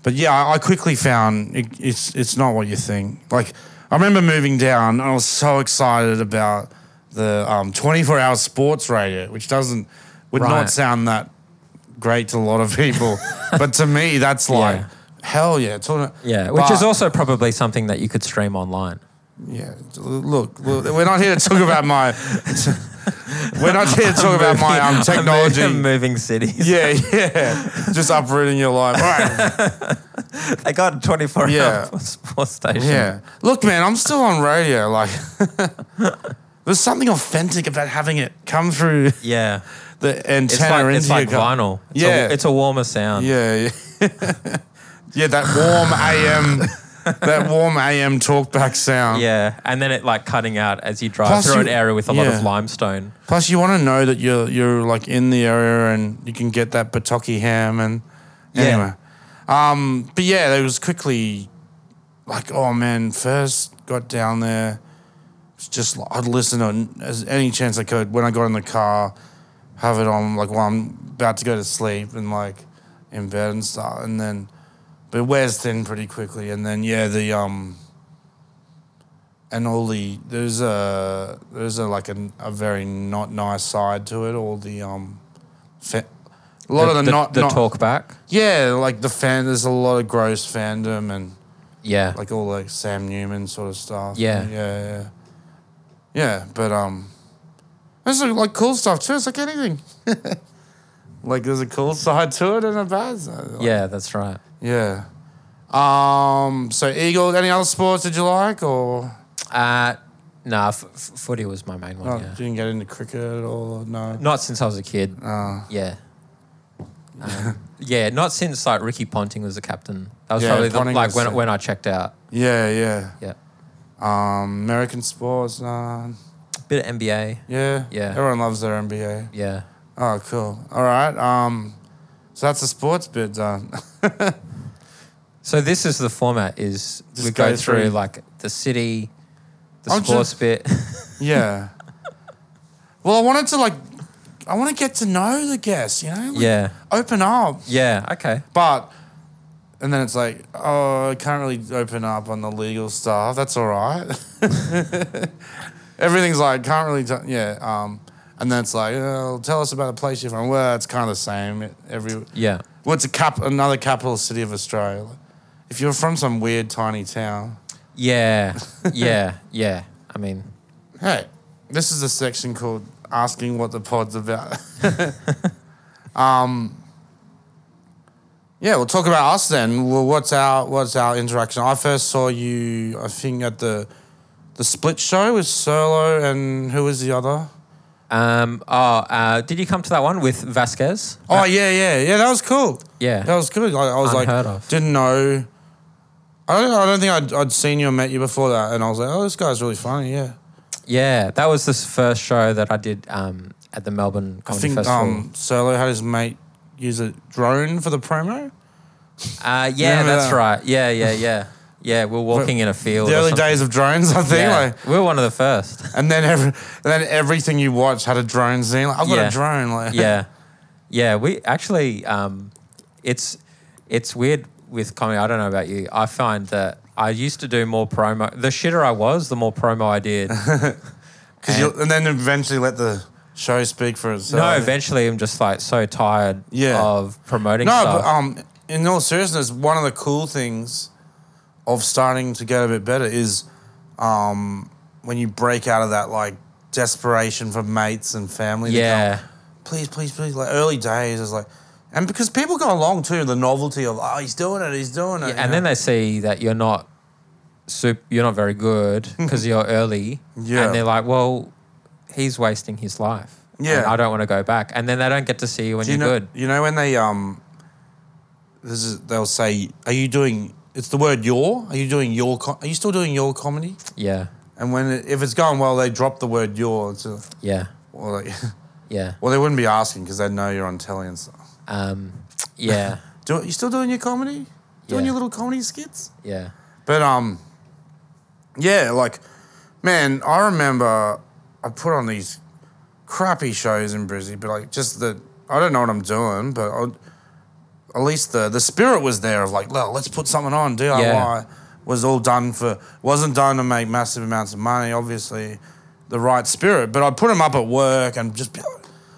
B: but yeah, I, I quickly found it, it's it's not what you think. Like I remember moving down, and I was so excited about the um, twenty four hour sports radio, which doesn't would
C: Right.
B: not sound that great to a lot of people, but to me, that's like hell yeah. It's all,
C: Yeah. Which is
B: But-
C: also probably something that you could stream online.
B: yeah. Look, look, we're not here to talk about my. we're not here to talk about my um, technology.
C: moving cities.
B: yeah, yeah. Just uprooting your life. All right.
C: They got a 24
B: Yeah.
C: hour sports station.
B: Yeah. Look, man, I'm still on radio. Like, there's something authentic about having it come through
C: Yeah.
B: the
C: It's
B: antenna
C: like, it's
B: into
C: like
B: your car.
C: vinyl. It's
B: Yeah.
C: A, it's a warmer sound.
B: Yeah, yeah. yeah, that warm AM, that warm AM talkback sound.
C: Yeah, and then it like cutting out as you drive
B: Plus
C: through
B: you-
C: an area with a lot
B: yeah.
C: of limestone.
B: Plus, you want to know that you're you're like in the area and you can get that Batoki ham and
C: Yeah.
B: anyway. Um, but yeah, it was quickly like, oh man, first got down there, it's just like, I'd listen on as any chance I could when I got in the car, have it on like while I'm about to go to sleep and like in bed and stuff, and then but it wears thin pretty quickly, and then yeah, the um. And all the there's a there's a like a, a very not nice side to it. All the um, fa- a lot of the, not
C: the
B: not,
C: talk back.
B: yeah, like the fan. There's a lot of gross fandom and
C: Yeah,
B: like all like Sam Newman sort of stuff.
C: Yeah.
B: yeah, yeah, yeah. But um, there's like, like cool stuff too. It's like anything. like there's a cool side to it and a bad side. Like,
C: yeah, that's right.
B: yeah. Um. So Eagle. Any other sports did you like or?
C: Uh, nah, f- f- footy was my main
B: No,
C: one. yeah,
B: you didn't get into cricket at all. or No.
C: not since I was a kid.
B: Uh,
C: Yeah, um, yeah, not since like Ricky Ponting was the captain. That was
B: Yeah,
C: probably the,
B: Ponting
C: like
B: was
C: when
B: the-
C: when I checked out.
B: yeah, yeah.
C: Yeah,
B: Um, American sports. Nah.
C: bit of NBA.
B: Yeah.
C: Yeah.
B: Everyone loves their NBA.
C: Yeah,
B: Oh, cool. All right. Um, so that's the sports bit done.
C: so this is the format: is
B: Just
C: we go,
B: go
C: through,
B: through.
C: like the city, the
B: I'm
C: sports bit.
B: yeah. Well, I wanted to like, I want to get to know the guests. You know. Like,
C: yeah,
B: Open up,
C: yeah, okay.
B: but. And then it's like, oh, I can't really open up on the legal stuff. That's all right. Everything's like, can't really, t- yeah. Um, and then it's like, oh, tell us about a place you're from. Well, it's kind of the same. Every
C: Yeah,
B: Well, it's a cap- another capital city of Australia. If you're from some weird tiny town,
C: yeah, yeah, yeah. I mean.
B: hey, this is a section called Asking What the Pod's About. um, yeah, we'll talk about us then. Well, what's our what's our interaction? I first saw you, I think, at the the split show with Solo and who was the other?
C: Um, oh, uh, did you come to that one with Vasquez?
B: Oh yeah, yeah, yeah. That was cool.
C: yeah.
B: That was good. I, I was
C: Unheard
B: like,
C: of.
B: didn't know. I don't, I don't think I'd, I'd seen you or met you before that. And I was like, oh, this guy's really funny. Yeah.
C: yeah, that was the s- first show that I did um, at the Melbourne
B: I
C: Comedy
B: think
C: Festival.
B: um, Solo had his mate use a drone for the promo.
C: uh, yeah,
B: remember
C: that's
B: that?
C: right. Yeah, yeah, yeah. Yeah, we're walking in a field.
B: The
C: or
B: early
C: Oh, something.
B: days of drones, I think.
C: Yeah,
B: Like,
C: we we're one of the first.
B: and then every, and then everything you watch had a drone scene. Like, I've got
C: Yeah.
B: a drone. Like,
C: yeah, yeah. We actually, um, it's it's weird with comedy. I don't know about you. I find that I used to do more promo. The shitter I was, the more promo I did.
B: 'Cause you'll- and then eventually let the show speak for itself.
C: no, eventually I'm just like so tired
B: Yeah.
C: of promoting
B: No,
C: stuff.
B: but um, in all seriousness, one of the cool things of starting to get a bit better is um, when you break out of that like desperation for mates and family. to
C: yeah.
B: come, please, please, please. Like early days is like, and because people go along too, the novelty of oh, he's doing it, he's doing it.
C: and then they see that you're not sup- you're not very good because you're early
B: Yeah.
C: and they're like well he's wasting his life and
B: Yeah.
C: I don't want to go back. And then they don't get to see you when
B: Do you
C: you're
B: know,
C: good.
B: You know when they um, this is, they'll say, "Are you doing?" It's the word "your." Are you doing your? Co- are you still doing your comedy?
C: Yeah,
B: And when it, if it's going well, they drop the word "your," it's a-
C: yeah,
B: or like,
C: yeah,
B: well, they wouldn't be asking because they know you're on telly and stuff.
C: um, yeah,
B: Do you still doing your comedy? Doing
C: Yeah.
B: your little comedy skits?
C: yeah,
B: But um, yeah, like, man, I remember I put on these crappy shows in Brizzy, but like, just the I don't know what I'm doing, but i at least the the spirit was there of like, well, let's put something on DIY.
C: Yeah.
B: Was all done for wasn't done to make massive amounts of money, obviously, the right spirit. But I put them up at work and just.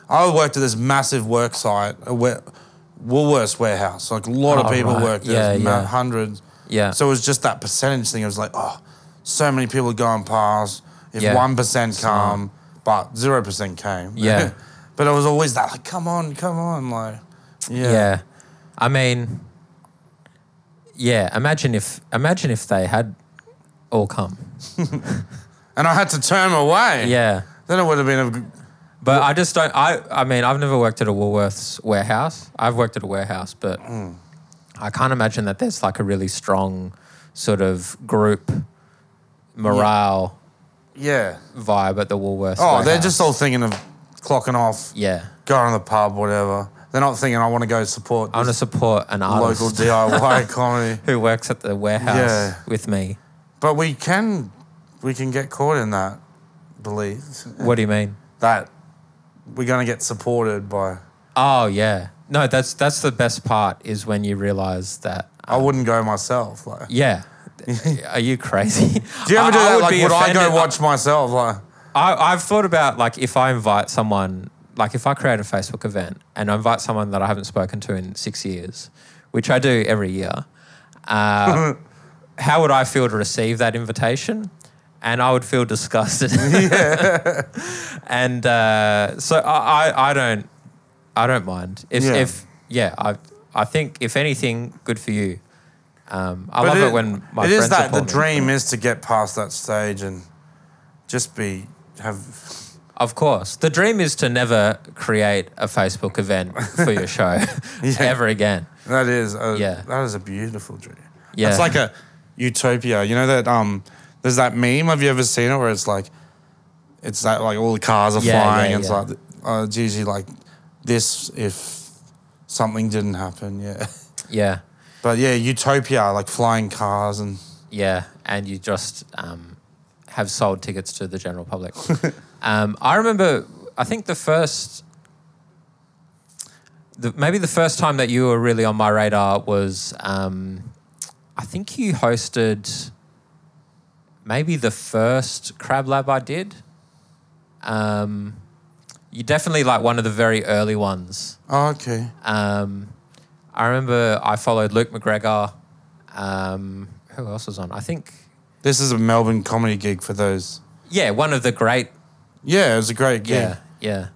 B: I worked at this massive work site, a wa- Woolworths warehouse. Like a lot
C: Oh,
B: of people
C: right.
B: worked there,
C: Yeah,
B: yeah,
C: yeah.
B: hundreds.
C: yeah.
B: So it was just that percentage thing. It was like, oh, so many people are going past. If
C: Yeah.
B: one percent come, but zero percent came.
C: Yeah.
B: but it was always that like, come on, come on, like, yeah,
C: Yeah. I mean, yeah. Imagine if imagine if they had all come.
B: And I had to turn 'em away.
C: Yeah.
B: Then it would have been a. g-
C: But I just don't. I I mean, I've never worked at a Woolworths warehouse. I've worked at a warehouse, but I can't imagine that there's like a really strong sort of group morale
B: Yeah.
C: vibe at the Woolworths.
B: Oh, they're
C: warehouse.
B: just all thinking of clocking off,
C: yeah.
B: going to the pub, whatever. They're not thinking I want to go support
C: I want to
B: this
C: support an artist
B: local DIY comedy.
C: who works at the warehouse
B: Yeah.
C: with me.
B: But we can, we can get caught in that belief
C: What do you mean?
B: that we're going to get supported by.
C: Oh yeah. No, that's that's the best part is when you realize that.
B: I wouldn't go myself. Like,
C: Yeah. Are you crazy?
B: do you ever do
C: I- I
B: that?
C: would
B: like,
C: be
B: would I
C: offended.
B: go watch myself? Like,
C: I, I've thought about like if I invite someone, like if I create a Facebook event and I invite someone that I haven't spoken to in six years, which I do every year, uh, how would I feel to receive that invitation? And I would feel disgusted. and uh, so I, I, I don't, I don't mind. If,
B: Yeah.
C: if yeah, I, I think if anything, good for you. Um, I love it, when my
B: it
C: friends
B: is that the
C: support me.
B: dream is to get past that stage and just be have.
C: Of course. The dream is to never create a Facebook event for your show ever again.
B: That is a,
C: Yeah.
B: That is a beautiful dream.
C: Yeah.
B: It's like a utopia. You know that um. There's that meme. Have you ever seen it? Where it's like, it's that like all the cars are
C: Yeah,
B: flying.
C: yeah,
B: and
C: yeah.
B: It's like, oh, it's usually like this if something didn't happen. Yeah.
C: Yeah.
B: But yeah, utopia like flying cars and
C: Yeah. And you just um, have sold tickets to the general public. um, I remember, I think the first, the, maybe the first time that you were really on my radar was, um, I think you hosted maybe the first Crab Lab I did. Um, you definitely like one of the very early ones.
B: oh, okay.
C: Um, I remember I followed Luke McGregor. Um, who else was on? I think,
B: This is a Melbourne comedy gig for those.
C: yeah, one of the great.
B: Yeah, it was a great gig.
C: Yeah, yeah.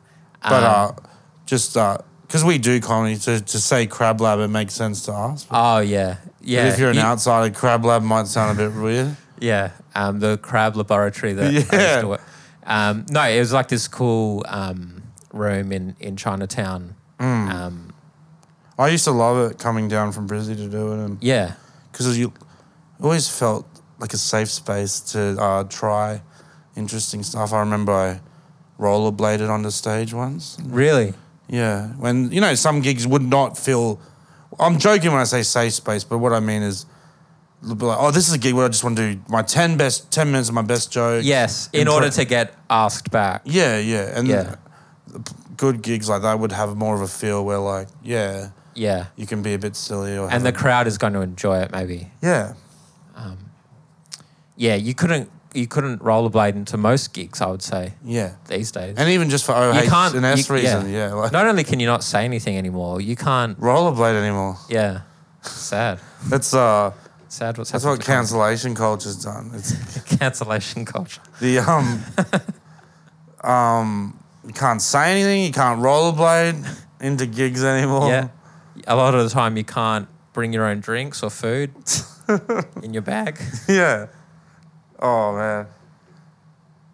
B: But
C: Um,
B: uh, just because we do comedy, to, to say Crab Lab, it makes sense to us. But
C: oh yeah, yeah.
B: if you're an
C: you-
B: outsider, Crab Lab might sound a bit weird.
C: yeah, um, the crab laboratory that I used
B: Yeah.
C: to work. Um, no, it was like this cool um, room in in Chinatown. Um,
B: I used to love it coming down from Brizzy to do it, and
C: yeah,
B: because you always felt like a safe space to uh, try interesting stuff. I remember I rollerbladed onto stage once.
C: really.
B: Yeah, when you know some gigs would not feel. I'm joking when I say safe space, but what I mean is, they'll be like, oh, this is a gig where I just want to do my ten best, ten minutes of my best jokes.
C: Yes, in
B: Impro-
C: order to get asked back.
B: Yeah, yeah, and
C: Yeah.
B: good gigs like that would have more of a feel where like, yeah,
C: Yeah,
B: you can be a bit silly or. have
C: and the
B: a-
C: crowd is going to enjoy it. Maybe.
B: yeah,
C: Yeah, you couldn't you couldn't rollerblade into most gigs. I would say
B: yeah,
C: these days.
B: and even just for OH
C: you can't
B: and S
C: you-
B: reason, yeah, like
C: Not only can you not say anything anymore, you can't.
B: rollerblade anymore.
C: Yeah, sad.
B: That's uh,
C: Sad. What's
B: that's
C: happened
B: what
C: to comedy.
B: cancellation culture's done. It's
C: cancellation culture.
B: The um, um, you can't say anything. You can't rollerblade into gigs anymore.
C: Yeah. A lot of the time you can't bring your own drinks or food in your bag.
B: Yeah. Oh man.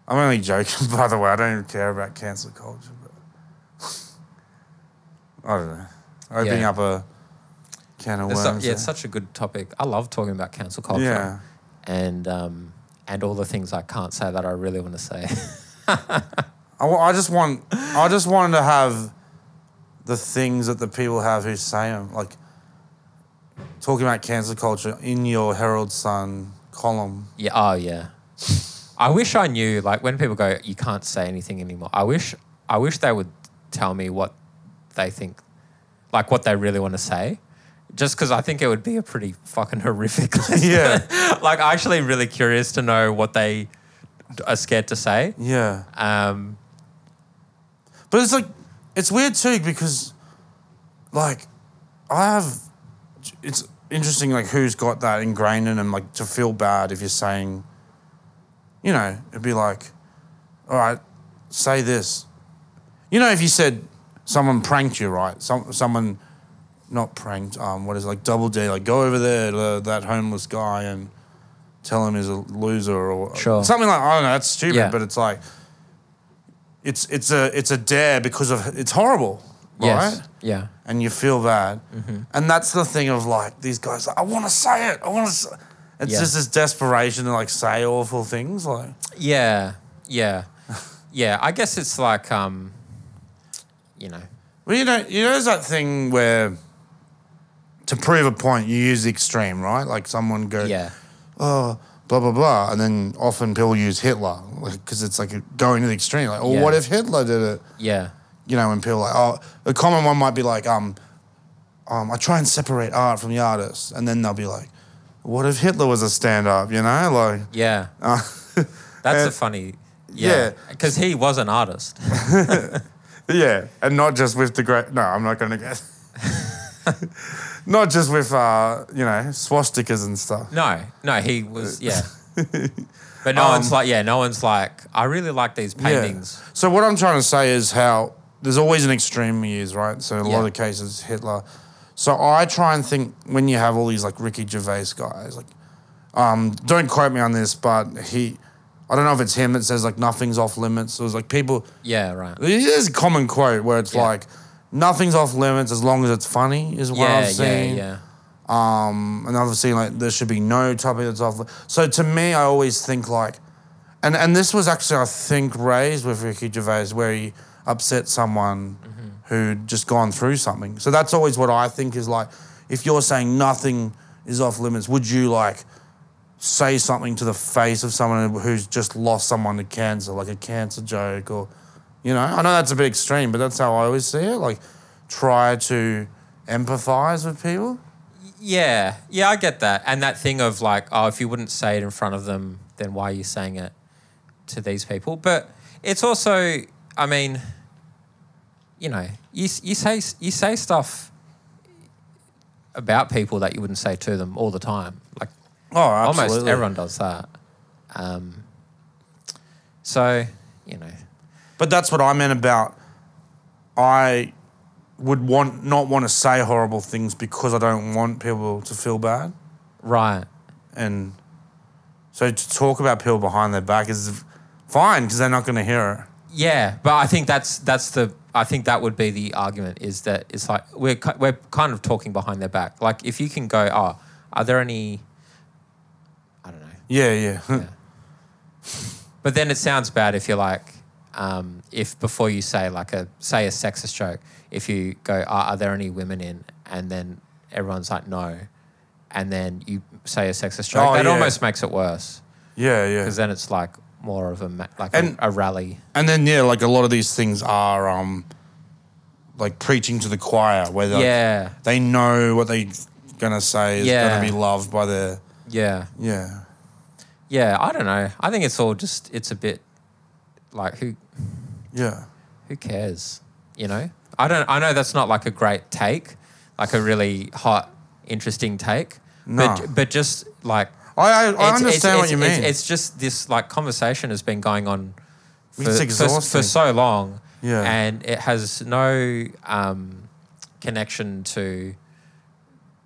B: I'm only joking, by the way. I don't even care about cancel culture. But I don't know. Opening
C: Yeah.
B: up a can of
C: There's
B: worms.
C: so- yeah,
B: there.
C: it's such a good topic. I love talking about cancel culture.
B: yeah.
C: And um, and all the things I can't say that I really want to say.
B: I, wa- I just want I just wanted to have the things that the people have who say them. Like talking about cancer culture in your Herald Sun column.
C: yeah. Oh yeah. I wish I knew. Like when people go, you can't say anything anymore. I wish I wish they would tell me what they think, like what they really want to say. Just because I think it would be a pretty fucking horrific. list.
B: Yeah.
C: like I'm actually really curious to know what they are scared to say.
B: Yeah.
C: Um,
B: But it's like it's weird too because like I have it's interesting like who's got that ingrained in them like to feel bad if you're saying you know it'd be like all right say this you know if you said someone pranked you right some someone not pranked um what is it, like double D like go over there to that homeless guy and tell him he's a loser or
C: Sure.
B: something like I don't know that's stupid
C: Yeah.
B: but it's like it's it's a it's a dare because of it's horrible,
C: Yes. Mm-hmm.
B: right?
C: Yeah.
B: And you feel bad, and that's the thing of like these guys. Like, I want to say it. I want to. It's
C: Yeah.
B: just this desperation to like say awful things. Like
C: Yeah. Yeah. yeah. I guess it's like, um, you know,
B: well, you know, you know, there's that thing where to prove a point you use the extreme, right? Like someone goes,
C: yeah.
B: oh, blah blah blah, and then often people use Hitler because it's like going to the extreme. Like, oh,
C: Yeah.
B: what if Hitler did it?
C: Yeah.
B: you know, when people like, oh, a common one might be like, um, um, I try and separate art from the artist, and then they'll be like, what if Hitler was a stand-up? You know, like,
C: Yeah.
B: uh,
C: That's
B: and-
C: a funny.
B: yeah.
C: Yeah. Because he was an artist.
B: yeah, and not just with the great. No, I'm not going to guess. not just with uh, you know swastikas and stuff.
C: No, no, he
B: Uh,
C: was, yeah. But no one's like, yeah, no one's like, I really like these paintings.
B: Um, Yeah. So what I'm trying to say is how there's always an extreme we use, right? So in a
C: Yeah.
B: lot of cases, Hitler. So I try and think when you have all these like Ricky Gervais guys, like, um, don't quote me on this, but he, I don't know if it's him that says like nothing's off limits. It was like people.
C: Yeah, right.
B: There's a common quote where it's
C: Yeah.
B: like, nothing's off limits as long as it's funny is what
C: Yeah,
B: I've
C: yeah,
B: seen.
C: yeah.
B: Um, and obviously, like there should be no topic that's off. So to me, I always think like, and and this was actually I think raised with Ricky Gervais where he upset someone
C: Mm-hmm.
B: who'd just gone through something. So that's always what I think is like, if you're saying nothing is off limits, would you like say something to the face of someone who's just lost someone to cancer, like a cancer joke or, you know, I know that's a bit extreme, but that's how I always see it. Like, try to empathize with people.
C: Yeah, yeah, I get that. And that thing of like, oh, if you wouldn't say it in front of them, then why are you saying it to these people? But it's also, I mean, you know, you you say you say stuff about people that you wouldn't say to them all the time. Like
B: Oh, absolutely.
C: almost everyone does that. Um, so you know,
B: But that's what I meant about. I would want not want to say horrible things because I don't want people to feel bad,
C: right?
B: and so to talk about people behind their back is fine because they're not going to hear it.
C: Yeah, but I think that's that's the I think that would be the argument is that it's like we're ki- we're kind of talking behind their back. Like if you can go, oh, are there any? I don't know.
B: Yeah, yeah,
C: But then it sounds bad if you're like, um, if before you say like a say a sexist joke, if you go, oh, are there any women in? And then everyone's like, no, and then you say a sexist joke.
B: Oh,
C: that
B: yeah.
C: almost makes it worse
B: yeah, yeah.
C: because then it's like more of a ma- like
B: And-
C: a, a rally.
B: And then yeah, like a lot of these things are um, like preaching to the choir where they
C: yeah,
B: they know what they gonna say is
C: Yeah.
B: gonna be loved by their
C: yeah.
B: yeah.
C: Yeah, I don't know. I think it's all just it's a bit like who
B: Yeah,
C: who cares, you know? I don't I know that's not like a great take, like a really hot interesting take,
B: No.
C: but but just like
B: I I, I
C: it's-
B: understand
C: it's-
B: what
C: it's-
B: you mean.
C: It's, it's just this like conversation has been going on for,
B: It's
C: for-
B: exhausting.
C: for so long,
B: Yeah.
C: and it has no um, connection to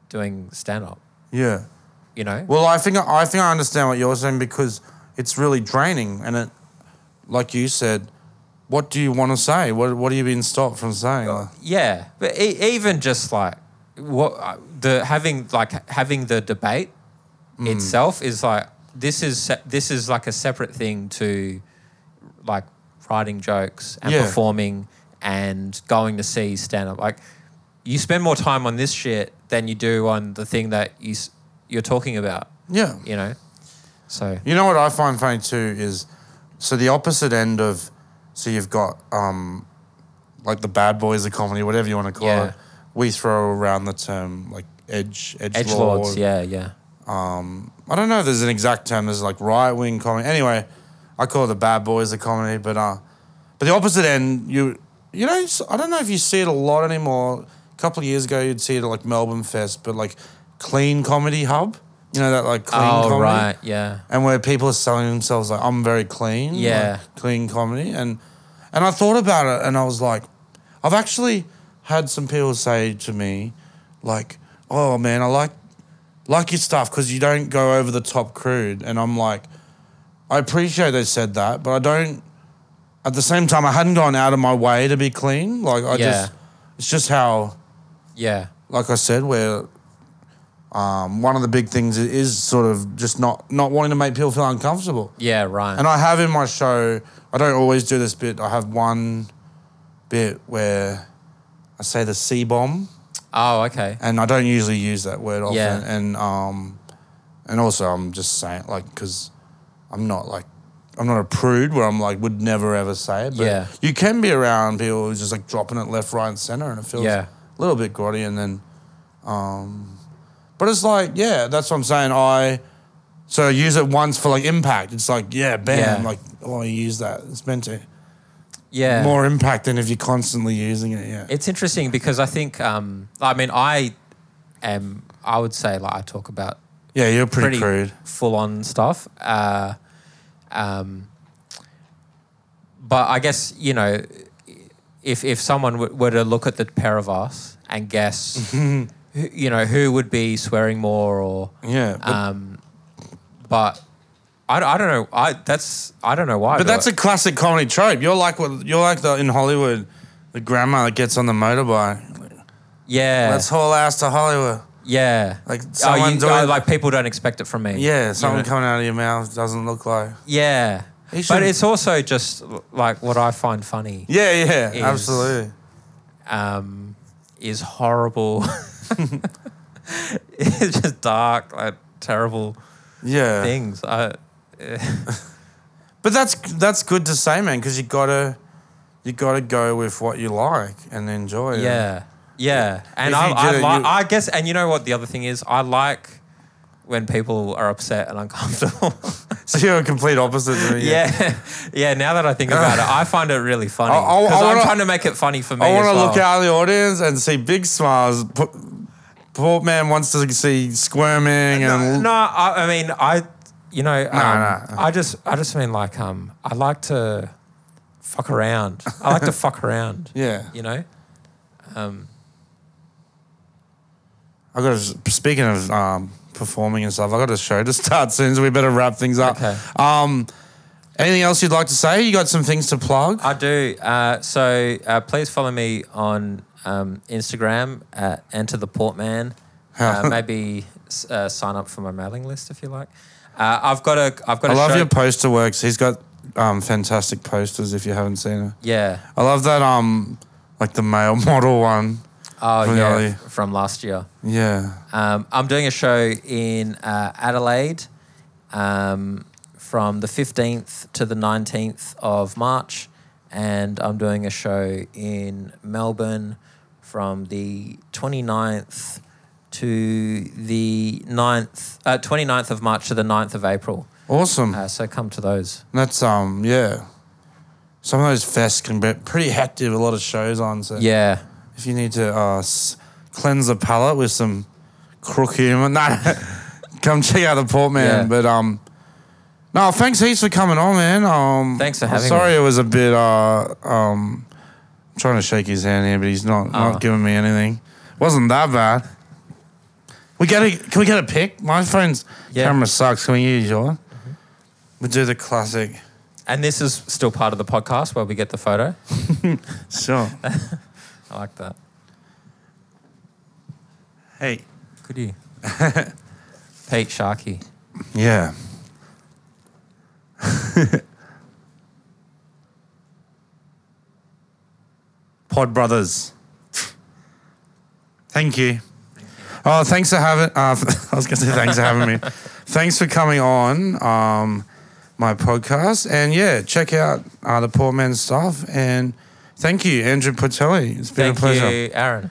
C: doing stand up,
B: yeah.
C: you know?
B: Well, I think I think I understand what you're saying because it's really draining, and it, like you said, what do you want to say? What what are you being stopped from saying? Like,
C: Yeah, but e- even just like what uh, the having like having the debate
B: Mm.
C: itself is like this is se- this is like a separate thing to like writing jokes and
B: Yeah.
C: performing and going to see stand up. Like you spend more time on this shit than you do on the thing that you s- you're talking about.
B: yeah.
C: You know, so
B: You know what I find funny too is so the opposite end of so you've got um like the bad boys of comedy, whatever you want to call
C: Yeah.
B: it. We throw around the term like edge edge
C: edge lords. Yeah, yeah.
B: I don't know if there's an exact term. There's like right wing comedy. Anyway, I call it the bad boys of comedy. But uh, but the opposite end, you you know, it's- I don't know if you see it a lot anymore. A couple of years ago, you'd see it at like Melbourne Fest, but like clean comedy hub. You know that like clean
C: oh
B: comedy,
C: right, yeah.
B: and where people are selling themselves like I'm very clean. like,
C: Yeah.
B: clean comedy, and and I thought about it, and I was like, I've actually had some people say to me, like, oh man, I like like your stuff because you don't go over the top crude. And I'm like, I appreciate they said that, but I don't. At the same time, I hadn't gone out of my way to be clean. Like I
C: Yeah.
B: just, it's just how,
C: Yeah.
B: like I said, where um, one of the big things i- is sort of just not not wanting to make people feel uncomfortable.
C: Yeah, right.
B: And I have in my show, I don't always do this bit. I have one bit where I say the C bomb
C: oh, okay.
B: and I don't usually use that word often.
C: Yeah.
B: And um, and also I'm just saying like because I'm not like I'm not a prude where I'm like would never ever say it. But
C: Yeah.
B: you can be around people who's just like dropping it left, right, and center, and it feels
C: Yeah.
B: a little bit grotty. And then, um, but it's like yeah, that's what I'm saying. I so I use it once for like impact. It's like yeah, bam,
C: Yeah.
B: like oh, you use that. It's meant to
C: Yeah.
B: more impact than if you're constantly using it. Yeah.
C: It's interesting because I think, um, I mean, I am, I would say, like, I talk about
B: yeah, you're pretty,
C: pretty,
B: crude.
C: full on stuff. Uh, um, but I guess, you know, if, if someone w- were to look at the pair of us and guess, who- you know, who would be swearing more or,
B: Yeah. But
C: um, but I, I don't know. I, that's, I don't know why.
B: But that's
C: a
B: a classic comedy trope. You're like what you're like the in Hollywood, the grandma that gets on the motorbike.
C: yeah.
B: Let's haul ass to Hollywood.
C: Yeah.
B: Like,
C: Oh, you-
B: someone doing-
C: oh, like people don't expect it from me.
B: Yeah, something
C: You know?
B: coming out of your mouth doesn't look like.
C: Yeah.
B: You
C: But
B: shouldn't-
C: it's also just l- like what I find funny
B: Yeah, yeah,
C: Is-
B: absolutely.
C: um, is horrible. it's just dark, like terrible
B: Yeah,
C: things. I,
B: but that's that's good to say, man, because you gotta you gotta go with what you like and enjoy. it.
C: yeah. Yeah. And
B: If
C: I,
B: you
C: I,
B: do it,
C: like,
B: you-
C: I guess, and you know what the other thing is? I like when people are upset and uncomfortable.
B: so you're a complete opposite. To me.
C: yeah. Yeah. Now that I think about it, I find it really funny.
B: I- I- I
C: Because I'm
B: wanna-
C: trying to make it funny for me.
B: I want to
C: as well.
B: look out of the audience and see big smiles. Po- Poor man wants to see squirming and
C: No, I, I mean, I, you know, um,
B: no.
C: I just, I just mean like, um, I like to fuck around. I like to fuck around.
B: yeah.
C: You know,
B: I got. To, speaking of um, performing and stuff, I got a show to start soon, so we better wrap things up.
C: Okay.
B: Um, anything else you'd like to say? You got some things to plug?
C: I do. Uh, so uh, please follow me on um, Instagram at Enter the Portman. Uh, maybe s- uh, sign up for my mailing list if you like. Uh, I've got a, I've got
B: I
C: a
B: love
C: show.
B: your poster works. He's got um, fantastic posters. If you haven't seen it,
C: yeah.
B: I love that. Um, like the male model one.
C: Oh
B: From the
C: yeah,
B: alley.
C: f- from last year.
B: Yeah.
C: Um, I'm doing a show in uh, Adelaide um, from the 15th to the 19th of March, and I'm doing a show in Melbourne from the 29th to the 9th, uh, 29th of March to the 9th of April.
B: Awesome.
C: Uh, so come to those.
B: That's um. Yeah. Some of those fests can be pretty hectic. A lot of shows on. So
C: Yeah.
B: if you need to uh, s- cleanse the palate with some crook humor, no, come check out the port man.
C: Yeah.
B: But um, no, thanks heaps for coming on, man. Um,
C: Thanks for
B: I'm
C: having
B: Sorry,
C: me.
B: it was a bit. Uh, um, I'm trying to shake his hand here, but he's not
C: Oh.
B: not giving me anything. Wasn't that bad. We get a, can we get a pic? My phone's
C: Yeah. Mm-hmm.
B: camera sucks. Can we use yours? We do the classic.
C: And this is still part of the podcast where we get the photo.
B: Sure.
C: I like that.
B: hey.
C: Could you? Pete Sharkey.
B: Yeah. Pod Brothers. Thank you. Oh, thanks for having. Uh, I was going to say thanks for having me. Thanks for coming on um, my podcast, and yeah, check out uh, the Poor Man's stuff. And thank you, Andrew Portelli. It's been
C: Thank
B: a pleasure.
C: you, Aaron.